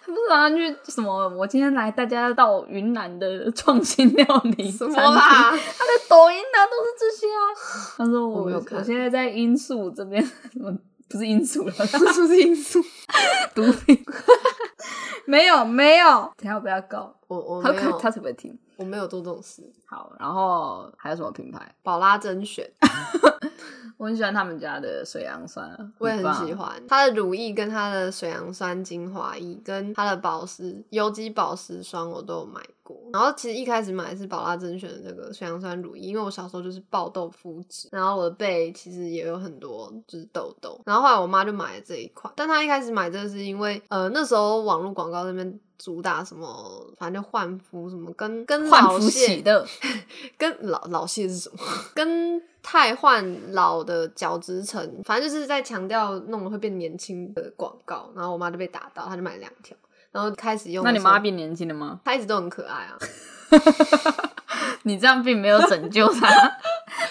A: 他不是好像去什么？我今天来带大家到云南的创新料理
B: 什么
A: 餐厅
B: 啦？
A: 他的抖音呢、都是这些啊。 他说我
B: 我没有看
A: 我现在在罂粟这边， 什么不是罂 粟了，
B: 是 不是因素？
A: 毒品。 没有没有，等一下我不要告
B: 我我
A: 他
B: 没
A: 可
B: 有，
A: 他才不会听。
B: 我没有做这种事。
A: 好，然后还有什么品牌？
B: 宝拉甄选，
A: 我很喜欢他们家的水杨酸啊，
B: 我也很
A: 棒
B: 喜。欢它的乳液跟它的水杨酸精华液跟它的保湿有机保湿霜，我都有买过。然后其实一开始买的是宝拉甄选的那个水杨酸乳液，因为我小时候就是爆痘肤质，然后我的背其实也有很多就是痘痘。然后后来我妈就买了这一款，但她一开始买这个是因为呃那时候网络广告那边。主打什么，反正就焕肤什么，跟跟
A: 焕
B: 老
A: 肤
B: 谢
A: 喜乐，
B: 跟老老谢是什么？跟太换老的角质层，反正就是在强调弄了会变年轻的广告。然后我妈就被打到，她就买两条，然后开始用。
A: 那你妈？变年轻了吗？
B: 她一直都很可爱啊，
A: 你这样并没有拯救她，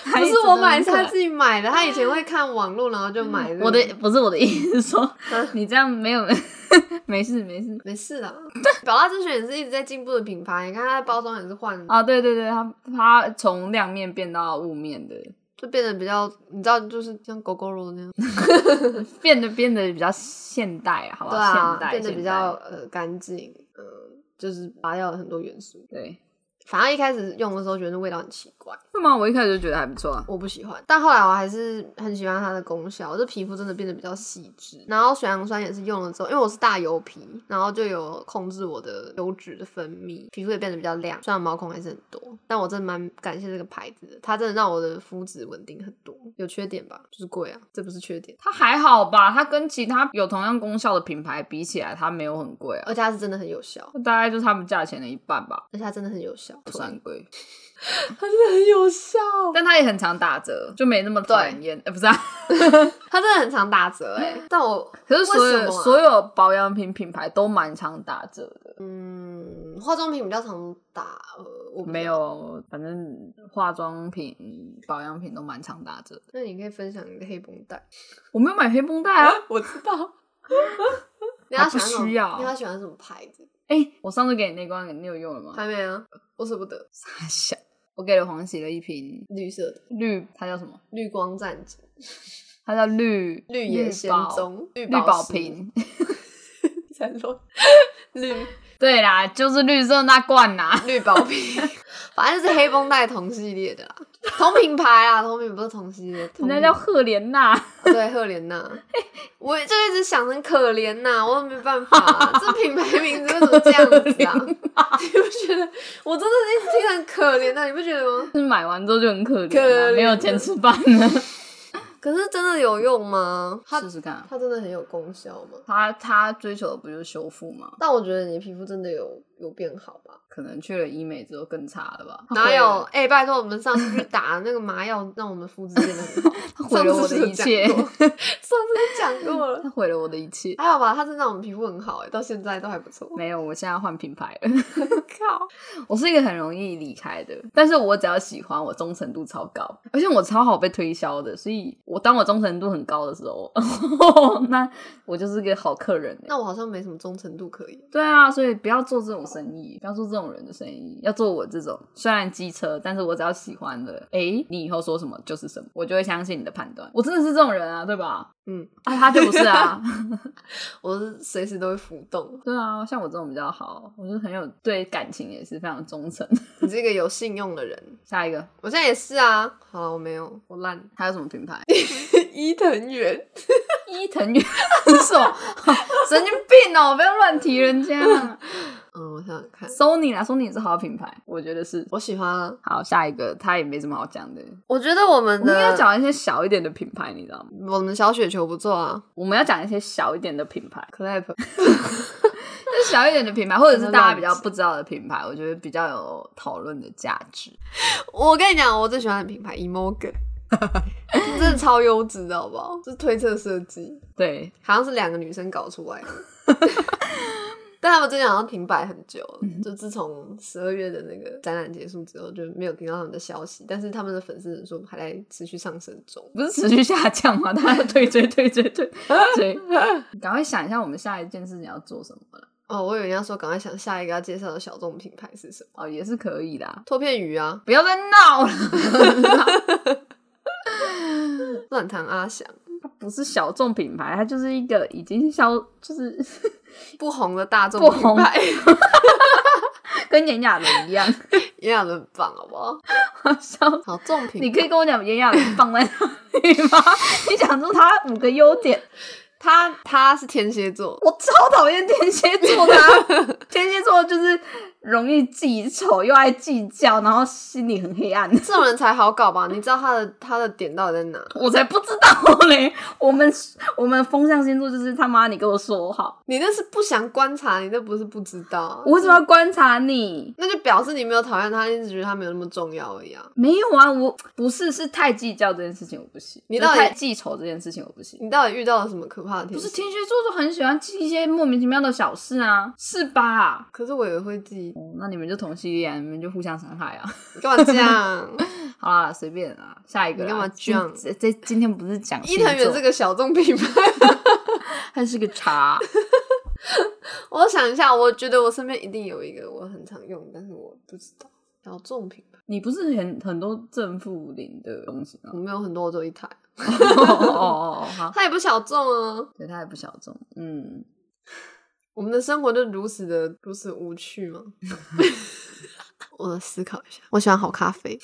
A: 她
B: 不
A: 一直
B: 是
A: 都
B: 我买，
A: 很可
B: 她
A: 爱
B: 自己买的。她以前会看网络，然后就买、
A: 嗯我的，不是我的意思是 说，
B: 嗯
A: 你这样没有 没事没事
B: 没事啊 啦。宝拉甄选也是一直在进步的品牌，你看它的包装也是换，
A: 啊，对对对，它它从亮面变到雾面的，
B: 就变得比较，你知道，就是像狗狗肉那样，
A: 变得变得比较现代，好不好？
B: 对啊
A: 现，代
B: 变得
A: 现
B: 比
A: 代
B: 较呃干净，嗯、就是拔掉了很多元素。
A: 对。
B: 反正一开始用的时候觉得那味道很奇怪，
A: 为嘛我一开始就觉得还不错啊？
B: 我不喜欢，但后来我还是很喜欢它的功效，就皮肤真的变得比较细致。然后水杨酸也是用了之后，因为我是大油皮，然后就有控制我的油脂的分泌，皮肤也变得比较亮，虽然毛孔还是很多，但我真的蛮感谢这个牌子的，它真的让我的肤质稳定很多。有缺点吧，就是贵啊，这不是缺点，
A: 它还好吧？它跟其他有同样功效的品牌比起来，它没有很贵啊，
B: 而且它是真的很有效，
A: 大概就是他们价钱的一半吧，
B: 而且它真的很有效，
A: 不算贵。
B: 它真的很有效，
A: 但它也很常打折，就没那么讨人厌。呃，不是啊，
B: 它真的很常打折哎、但我
A: 可是所
B: 为什
A: 有
B: 么啊
A: 所有保养品品牌都蛮常打折的。
B: 嗯，化妆品比较常打，呃，我不知
A: 没
B: 道。
A: 有，反正化妆品、保养品都蛮常打折的。
B: 那你可以分享你的黑绷带。
A: 我没有买黑绷带啊。
B: 我知道。你
A: 还
B: 要
A: 不
B: 喜欢什么？
A: 需要
B: 你要喜欢什么牌子？
A: 哎、我上次给你那罐，你有用了 吗？
B: 还没啊，我舍不得。
A: 傻哎笑。我给了黄喜了一瓶
B: 绿色的
A: 绿，它叫什么？
B: 绿光战警、
A: 它叫绿
B: 绿野仙
A: 宝
B: 踪、绿
A: 绿宝
B: 石
A: 瓶。
B: 才乱绿
A: 对啦，就是绿色那罐啊啦。
B: 绿宝瓶， 反正就是黑绷带同系列的啦，同品牌啊，同品不是同系列，同
A: 人家
B: 品
A: 叫赫莲娜，
B: 对赫莲 娜，我就一直想成可怜呐、我也没办法、啊这品牌名字为什么这样子 啊？你不觉得？我真的一直听成可怜呐、你不觉得吗？
A: 就是买完之后就很可怜、
B: 可怜
A: 啊，没有钱吃饭了。
B: 可是真的有用吗？它
A: 试试看啊，
B: 它真的很有功效吗？
A: 他他追求的不就是修复吗？
B: 但我觉得你皮肤真的有有变好吧？
A: 可能去了医美之后更差了吧？
B: 哪有？哎、拜托，我们上次去打那个麻药， 让我们肤质变得 很好。
A: 他毁了我的一切
B: 上次就讲过上次就讲过了
A: 他。毁了我的一切。
B: 还好吧，它真的让我们皮肤很好哎、到现在都还不错。
A: 没有，我现在换品牌了。
B: 靠，
A: 我是一个很容易离开的，但是我只要喜欢，我忠诚度超高，而且我超好被推销的，所以我当我忠诚度很高的时候， 那我就是个好客人欸、
B: 那我好像没什么忠诚度可以。
A: 对啊，所以不要做这种生意，不要做这种人的生意，要做我这种虽然机车，但是我只要喜欢的，诶，你以后说什么就是什么，我就会相信你的判断。我真的是这种人啊，对吧？
B: 嗯，
A: 啊，他就不是 啊，
B: 我是随时都会浮动。
A: 对啊，像我这种比较好，我是很有对感情也是非常忠诚。
B: 你是一个有信用的人，
A: 下一个
B: 我 现在也是啊。好了，我没有，我烂。
A: 还有什么品牌？
B: 伊藤园，
A: 伊藤 元首，神经病哦！不要乱提人家。啊
B: 嗯，我想想看，
A: Sony 啦，Sony 也是好品牌，我觉得是。
B: 我喜欢啊。
A: 好，下一个它也没什么好讲的，
B: 我觉得我们
A: 我们应
B: 的
A: 该讲一些小一点的品牌，你知道吗？
B: 我们小雪球不错啊，
A: 我们要讲一些小一点的品牌，Clap，就小一点的品牌，或者是大家比较不知道的品牌，我觉得比较有讨论的价值。
B: 我跟你讲，我最喜欢的品牌 Emoga，真的超优质的好不好？是推测设计，
A: 对，
B: 好像是两个女生搞出 来的。但他们最近好像停摆很久了，就自从十二月的那个展览结束之后，就没有听到他们的消息。但是他们的粉丝人数还在持续上升中。
A: 不是持续下降吗？大家推推推推推推，你赶快想一下我们下一件事情要做什么了。
B: 哦，我以为你要说赶快想下一个要介绍的小众品牌是什么？
A: 哦，也是可以的啊，
B: 拓片鱼啊，
A: 不要再闹了。
B: 乱弹阿翔，
A: 它不是小众品牌，它就是一个已经消，就是
B: 不红的大众
A: 不
B: 品
A: 红
B: 牌，
A: 跟炎亚纶一样
B: 炎亚纶棒好不好？
A: 消
B: 小众品牌，哦
A: 你可以跟我讲炎亚纶放在哪里吗？你讲出他五个优点，
B: 他他是天蝎座，
A: 我超讨厌天蝎座的 啊、天蝎座就是容易记仇，又爱计较，然后心里很黑暗。
B: 这种人才好搞吧？你知道他的他的点到底在哪？
A: 我才不知道嘞！我们我们风象星座就是他妈你跟我说好，
B: 你那是不想观察，你那不是不知道啊、
A: 我为什么要观察你？
B: 那就表示你没有讨厌他，你只觉得他没有那么重要而已啊。
A: 没有啊，我不是是太计较这件事情我不行，
B: 你
A: 就
B: 到底
A: 太记仇这件事情我不行。
B: 你到底遇到了什么可怕的天
A: 不是
B: 蝎？
A: 天蝎座就很喜欢记一些莫名其妙的小事啊，是吧？
B: 可是我也会
A: 哦
B: 记，
A: 那你们就同系列、啊，你们就互相伤害啊！
B: 你干嘛这 样？
A: 好啦，随便啊，下一个啦
B: 你干嘛
A: 今
B: 这样
A: 这这今天不是讲
B: 伊藤园
A: 这
B: 这
A: 个，
B: 个小众品牌，
A: 它是个茶，
B: 我想一下，我觉得我身边一定有一个我很常用，但是我不知道小众品牌，
A: 你不是很很多正负零的东西 吗？
B: 我没有很多，我只有一台，
A: 哦哦哦，好，
B: 它也不小众啊。
A: 对，它也不小众，嗯，
B: 我们的生活就如此的如此无趣吗？ 我思考一下，我喜欢好咖啡，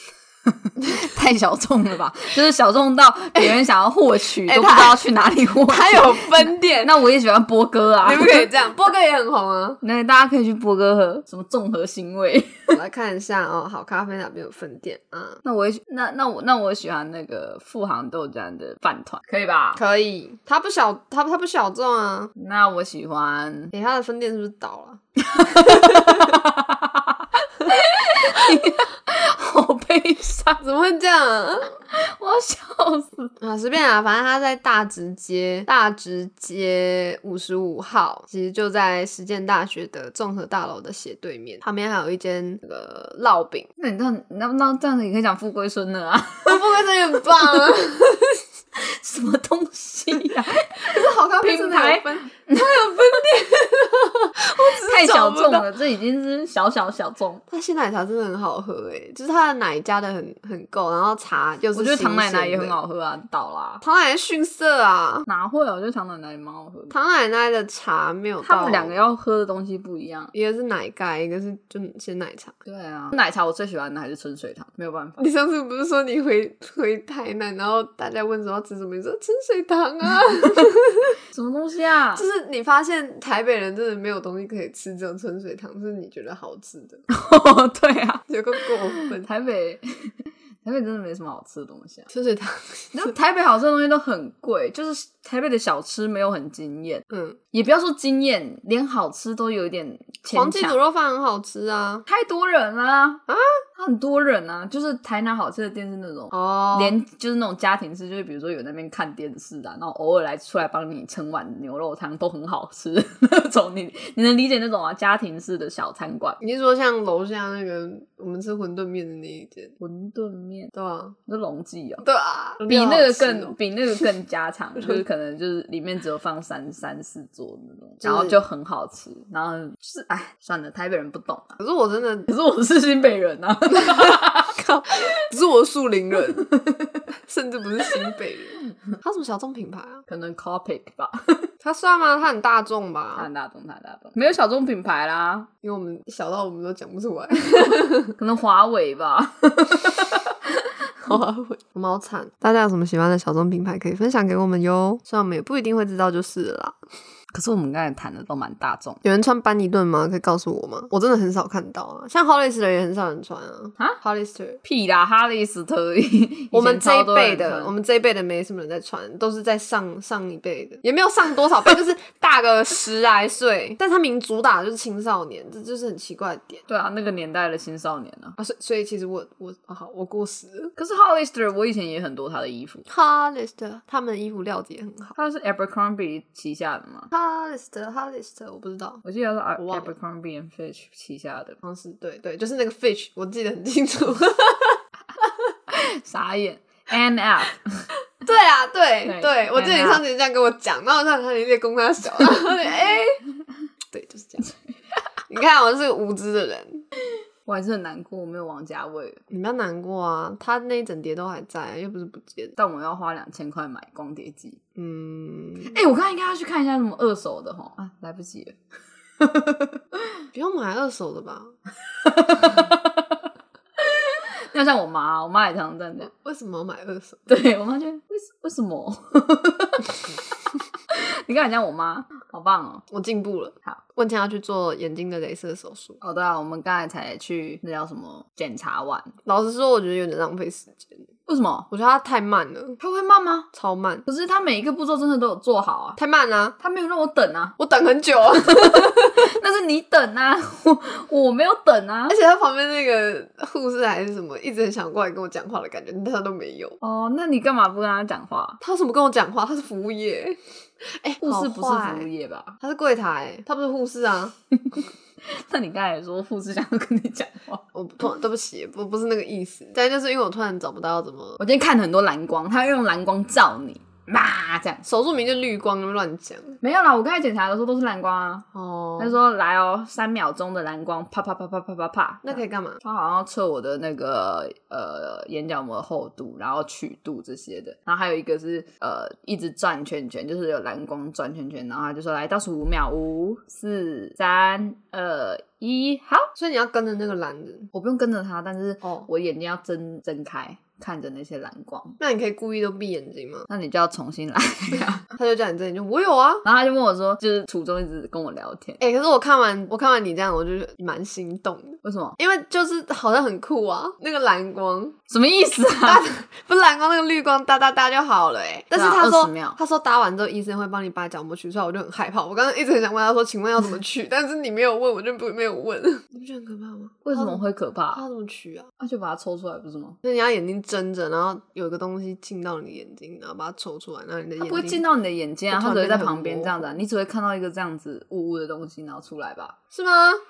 A: 太小众了吧？就是小众到别人想要获取
B: 哎
A: 都不知道去哪里获取。
B: 它有分店，
A: 那我也喜欢波哥啊
B: 你，不可以这样。波哥也很红啊，
A: 那大家可以去波哥喝什么综合腥味。
B: 我来看一下哦，好咖啡哪边有分店啊？
A: 那我也喜那那我那我喜欢那个富航豆浆的饭团，可以吧？
B: 可以，它不小，它它不小众啊。
A: 那我喜欢，
B: 诶、它的分店是不是倒了？
A: 好悲伤，
B: 怎么会这样啊？
A: 我要笑死。
B: 啊，随便啊，反正它在大直街，大直街五十五号，其实就在实践大学的综合大楼的斜对面，旁边还有一间那个烙饼。
A: 那你这样，那那这样子也可以讲富贵孙了啊？
B: 富贵生也很棒啊！
A: 什么东西 呀、
B: 可是好咖啡真的有分，
A: 太小
B: 找不
A: 众
B: 到
A: 了，这已经是小小小众。
B: 它鲜奶茶真的很好喝诶、就是它的奶加的很很够，然后茶又是
A: 我觉得
B: 新
A: 糖奶奶
B: 鲜
A: 也很
B: 的，
A: 好喝啊，倒啦。
B: 糖奶奶逊色啊，
A: 哪会啊？我觉得糖奶奶也蛮好喝的。
B: 糖奶奶的茶没有到，
A: 他们两个要喝的东西不一样。
B: 一个是奶盖，一个是就鲜奶茶。
A: 对啊，奶茶我最喜欢的还是春水堂，没有办法。
B: 你上次不是说你回 回台南，然后大家问说要吃什么，你说吃水糖 啊，
A: 什么东西 啊？
B: 就是你发现台北人真的没有东西可以吃，只有春水糖是你觉得好吃的，
A: 对啊，
B: 有个过 分。
A: 台北台北真的没什么好吃的东西啊。
B: 春水糖，
A: 那台北好吃的东西都很贵，就是台北的小吃没有很惊艳，
B: 嗯，
A: 也不要说惊艳，连好吃都有一点
B: 黄
A: 牵
B: 记卤
A: 强。
B: 肉饭很好吃啊，
A: 太多人了啊！它很多人啊，就是台南好吃的店是那种。
B: 哦
A: 连就是那种家庭式，就是比如说有那边看电视啊，然后偶尔来出来帮你盛碗牛肉汤，都很好吃 那种。你你能理解那种啊？家庭式的小餐馆，
B: 你是说像楼下那个我们吃馄饨面的那一间，
A: 馄饨面，
B: 对啊，
A: 那龙记哦，
B: 对啊，
A: 比那个更、
B: 好吃哦
A: 比那个更加 长，就是可能就是里面只有放三三四桌那种，
B: 就是
A: 然后就很好吃，然后就是哎，算了，台北人不懂啊。
B: 可是我真的，
A: 可是我是新北人啊，
B: 只是我是树林人， 甚至不是新北 人。它什么小众品牌 啊？
A: 可能 Copic 吧，
B: 它算吗？它很大众
A: 它
B: 吧
A: 很？大众，它很大众，没有小众品牌 啦，
B: 因为我们小到我们都讲不出来。
A: 可能华为吧，
B: 好啊，我 们好惨。大家有什么喜欢的小众品牌可以分享给我们哟，虽然我们也不一定会知道就是了啦。
A: 可是我们刚才谈的都蛮大众
B: 有人穿班尼顿吗？可以告诉我吗？我真的很少看到啊，像 Hollister 也很少人穿啊。
A: 啊
B: ，Hollister，
A: 屁啦，哈利斯 特，以
B: 我
A: 前
B: 们这
A: 超
B: 一
A: 多
B: 辈
A: 人
B: 的，
A: 穿
B: 我们这一辈的没什么人在穿，都是在上上一辈的，也没有上多 少辈，就是大个十来岁。但他明主打的就是青少年，这就是很奇怪的点
A: 对啊，那个年代的青少年啊。
B: 啊。所以所以其实我我啊好，我过时了。
A: 可是 Hollister，我以前也很多他的衣服，
B: Hollister 他们的衣服料子也很好。
A: 他是 Abercrombie 旗下的嘛，
B: Hollister Hollister 我不知道。
A: 我记得他是啊
B: 我忘了
A: Abercrombie and Fitch 旗下的，
B: 好像是对对，就是那个 fish，我记得很清楚。
A: 傻眼。N F，
B: 对啊，对
A: 对
B: 对，啊我记得你
A: 天哪
B: 上次也这样跟我讲，然后我上次你在公他小，然后 哎，对，就是这样。 你看，我是个无知的人，
A: 我还是很难过，我没有王家卫了，
B: 你不要难过啊，他那一整叠都还在，啊又不是不见。
A: 但我要花两千块买光碟机。
B: 嗯，
A: 哎、我刚才应该要去看一下什么二手的哈，啊，来不及了。
B: 不用买二手的吧？
A: 要像我妈，我妈也常常这样讲。
B: 为什么要买二手？
A: 对我妈就为什为什么？ 你刚才讲我妈，好棒哦！
B: 我进步了。
A: 好，
B: 问天要去做眼睛的镭射手术。
A: 哦，对啊，我们刚才才去那叫什么检查完，
B: 老实说，我觉得有点浪费时间，
A: 为什么？
B: 我觉得他太慢了，
A: 他会慢吗？
B: 超慢，
A: 可是他每一个步骤真的都有做好啊，
B: 太慢啦、
A: 他没有让我等啊，
B: 我等很久啊。
A: 那是你等啊，我我没有等啊
B: 而。且他旁边那个护士还是什么，一直很想过来跟我讲话的感觉，但他都没有。
A: 哦，那你干嘛不跟他讲话？
B: 他怎么跟我讲话？他是服务业， 哎、
A: 护士不是服务
B: 好坏，
A: 业吧？
B: 他是柜台、他不是护士啊。
A: 那你刚才也说护士想要跟你讲话。
B: 我突然对不起，我不是那个意思，但就是因为我突然找不到怎么
A: 我今天看很多蓝光，他用蓝光照你，嘛这样。
B: 手术名就绿光乱讲
A: 没有啦，我刚才检查的时候都是蓝光啊。
B: 哦
A: 他就说来哦，三秒钟的蓝光，啪啪啪啪啪啪啪。
B: 那可
A: 以，
B: 以干嘛？
A: 他好像测我的那个呃眼角膜厚度，然后曲度这些的。然后还有一个是呃一直转圈圈，就是有蓝光转圈圈。然后他就说来倒数五秒，五四三二一，好。
B: 所以你要跟着那个男人
A: 我不用跟着他，但是
B: 哦
A: 我眼睛要睁睁开看着那些蓝光。
B: 那你可以故意都闭眼睛吗？
A: 那你就要重新来 啊！
B: 他就叫你这里，就我有啊。
A: 然后他就问我说，就是途中一直跟我聊天，
B: 哎、可是我看完我看完你这样，我就蛮心动的，
A: 为什么？
B: 因为就是好像很酷啊，那个蓝光。
A: 什么意思啊
B: 搭？不是蓝光那个绿光哒哒哒就好了哎、但是
A: 对啊
B: 他说、
A: 20秒
B: 他说搭完之后医生会帮你把角膜取出来，我就很害怕。我刚刚一直很想问他说，请问要怎么取？但是你没有问，我就不没有问， 你不觉得很可怕吗？
A: 为什么会可
B: 他
A: 怕？
B: 他怎么取啊？
A: 那就把它抽出来不是吗？
B: 那你要眼睛睁着，然后有一个东西进到你的眼睛，然后把它抽出来，然后你的
A: 它
B: 眼睛
A: 不会进到你的眼睛啊，
B: 我
A: 它
B: 突然
A: 只会在
B: 变得很
A: 旁边
B: 模糊
A: 这样子、啊，你只会看到一个这样子雾雾的东西，然后出来吧？
B: 是吗？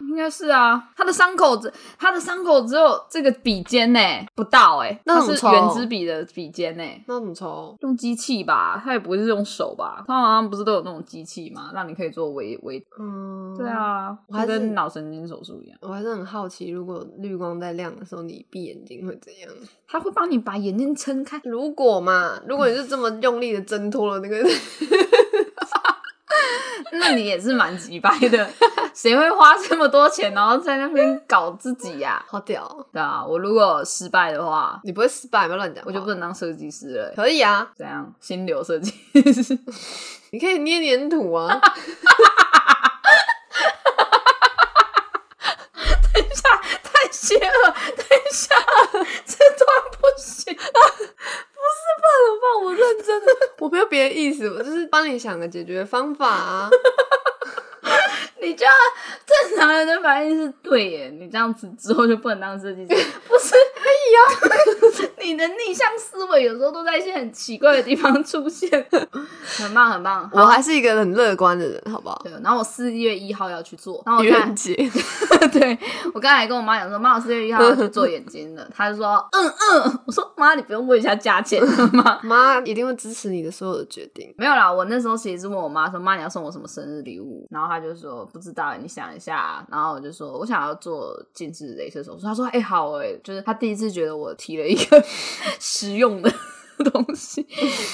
A: 应该是啊，它的伤口只它的伤口只有这个笔尖呢、不到哎、
B: 那
A: 它
B: 怎么
A: 是
B: 抽
A: 圆珠笔的笔尖呢、
B: 那怎么抽？
A: 用机器吧，它也不会是用手吧？它好像不是都有那种机器嘛，让你可以做微微。
B: 嗯，
A: 对。啊，
B: 我还
A: 它
B: 是
A: 跟脑神经手术一样，
B: 我还是很好奇，如果绿光在亮的时候，你闭眼睛会怎样？
A: 它会帮你把眼睛撑开。
B: 如果嘛，如果你是这么用力的挣脱了那个
A: 那你也是蛮急掰的， 谁会花这么多钱，然后在那边搞自己呀、
B: 好屌哦！
A: 对啊，我如果失败的话，
B: 你不会失败吗？乱讲
A: 我
B: 话，
A: 就不能当设计师了欸。
B: 可以啊，
A: 怎样？心流设计师？
B: 你可以捏黏土啊，
A: 太邪恶！等一下，这段不行。不是，爸爸，我认真的。
B: 我没有别的意思，我就是帮你想个解决方法啊。
A: 你这样正常人的反应是对耶，你这样子之后就不能当设计师。 不是，可以啊。 你的逆向思维有时候都在一些很奇怪的地方出现。很棒，很棒。
B: 我还是一个很乐观的人，好不好？
A: 对，然后我四月一号要去做，然后我
B: 愚人
A: 看，
B: 节，
A: 对我刚才也跟我妈讲说，妈，我四月一号要去做眼睛的，她就说，嗯嗯，我说妈，你不用问一下价钱了吗？
B: 妈一定会支持你的所有的决定。
A: 没有啦，我那时候其实是问我妈说，妈，你要送我什么生日礼物？然后她就说不知道，你想一下啊。然后我就说我想要做近视雷射手术，她说，哎、好哎、就是她第一次觉得我提了一个 实用的。 东西，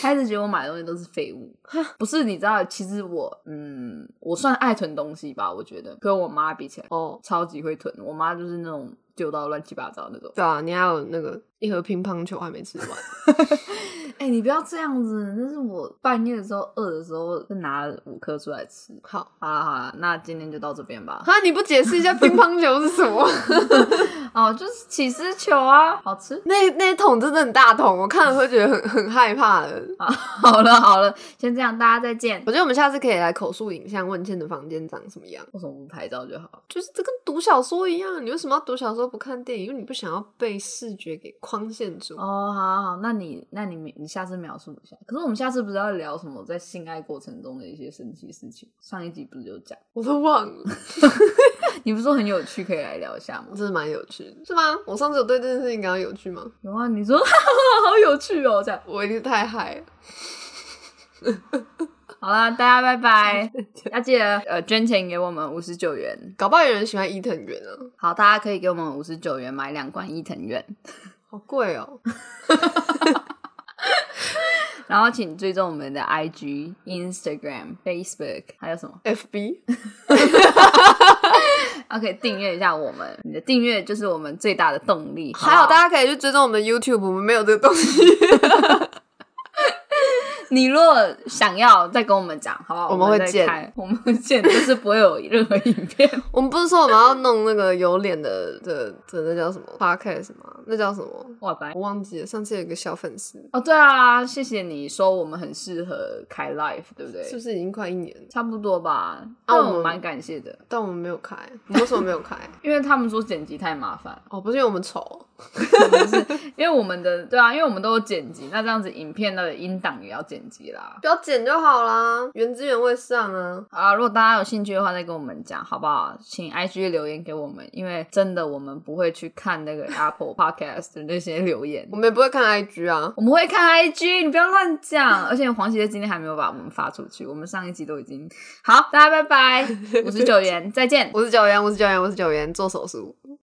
A: 她一直觉得我买的东西都是废物，不是？你知道，其实我，嗯，我算爱囤东西吧，我觉得跟我妈比起来，
B: 哦，
A: 超级会囤。我妈就是那种丢到乱七八糟那种。
B: 对啊，你还有那个一盒乒乓球还没吃完，
A: 哎、你不要这样子，那是我半夜的时候饿的时候就拿了五颗出来吃。
B: 好。
A: 好了好了，那今天就到这边吧。
B: 啊！你不解释一下乒乓球是什么？
A: 哦，就是起司球啊，好吃。
B: 那那桶真的很大桶，我看了会觉得很 很害怕的。
A: 啊，好了好了，先这样，大家再见。
B: 我觉得我们下次可以来口述影像问倩的房间长什么样，
A: 为什么不拍照就好？
B: 就是这跟读小说一样，你为什么要读小说不看电影？因为你不想要被视觉给框限住。
A: 哦，好好，那你那你你下次描述一下。可是我们下次不是要聊什么在性爱过程中的一些神奇事情？上一集不是有讲？
B: 我都忘了，
A: 你不是说很有趣，可以来聊一下吗？
B: 真的蛮有趣的，是吗？我上次有对这件事情感到有趣吗？
A: 有啊，你说 好有趣哦，这样。
B: 我一定太嗨了。
A: 好啦，大家拜拜，要记得呃捐钱给我们五十九元。
B: 搞不好有人喜欢伊藤园啊，
A: 好，大家可以给我们五十九元买两罐伊藤苑，
B: 好贵哦！
A: 然后请追踪我们的 IG、Instagram、Facebook，还有什么？
B: FB，
A: 啊，可以订阅一下我们，你的订阅就是我们最大的动力。
B: 还有
A: 好不好啊
B: 大家可以去追踪我们的 YouTube，我们没有这个东西，
A: 你如果想要再跟我们讲，好不好？
B: 我们会
A: 再
B: 见
A: 开， 我们会见，但是不会有任何影片。
B: 我们不是说我们要弄那个有脸的的的那叫什么 Podcast 吗？那叫什么？
A: 哇塞！
B: 我忘记了。上次有一个小粉丝，
A: 哦，对啊，谢谢你说我们很适合开 live，对不对？
B: 是不是已经快一年了？
A: 差不多吧，
B: 那
A: 那
B: 我们
A: 我蛮感谢的，
B: 但我们没有开，我们为什么没有 开？
A: 因为他们说剪辑太麻烦，
B: 哦，不是因为我们丑，
A: 因为我们的对啊，因为我们都有剪辑，那这样子影片的音档也要剪辑啦。
B: 不要剪就好啦，原汁原味上啊。
A: 好啦，如果大家有兴趣的话，再跟我们讲好不好？请 IG 留言给我们，因为真的我们不会去看那个 Apple Podcast 的那些留言
B: 我，们也不会看 IG 啊，
A: 我们会看 IG，你不要乱讲。而且黄喜姐今天还没有把我们发出去，我们上一集都已经好，大家拜拜，五十九元，再见。
B: 五十九元，五十九元，五十九元，做手术。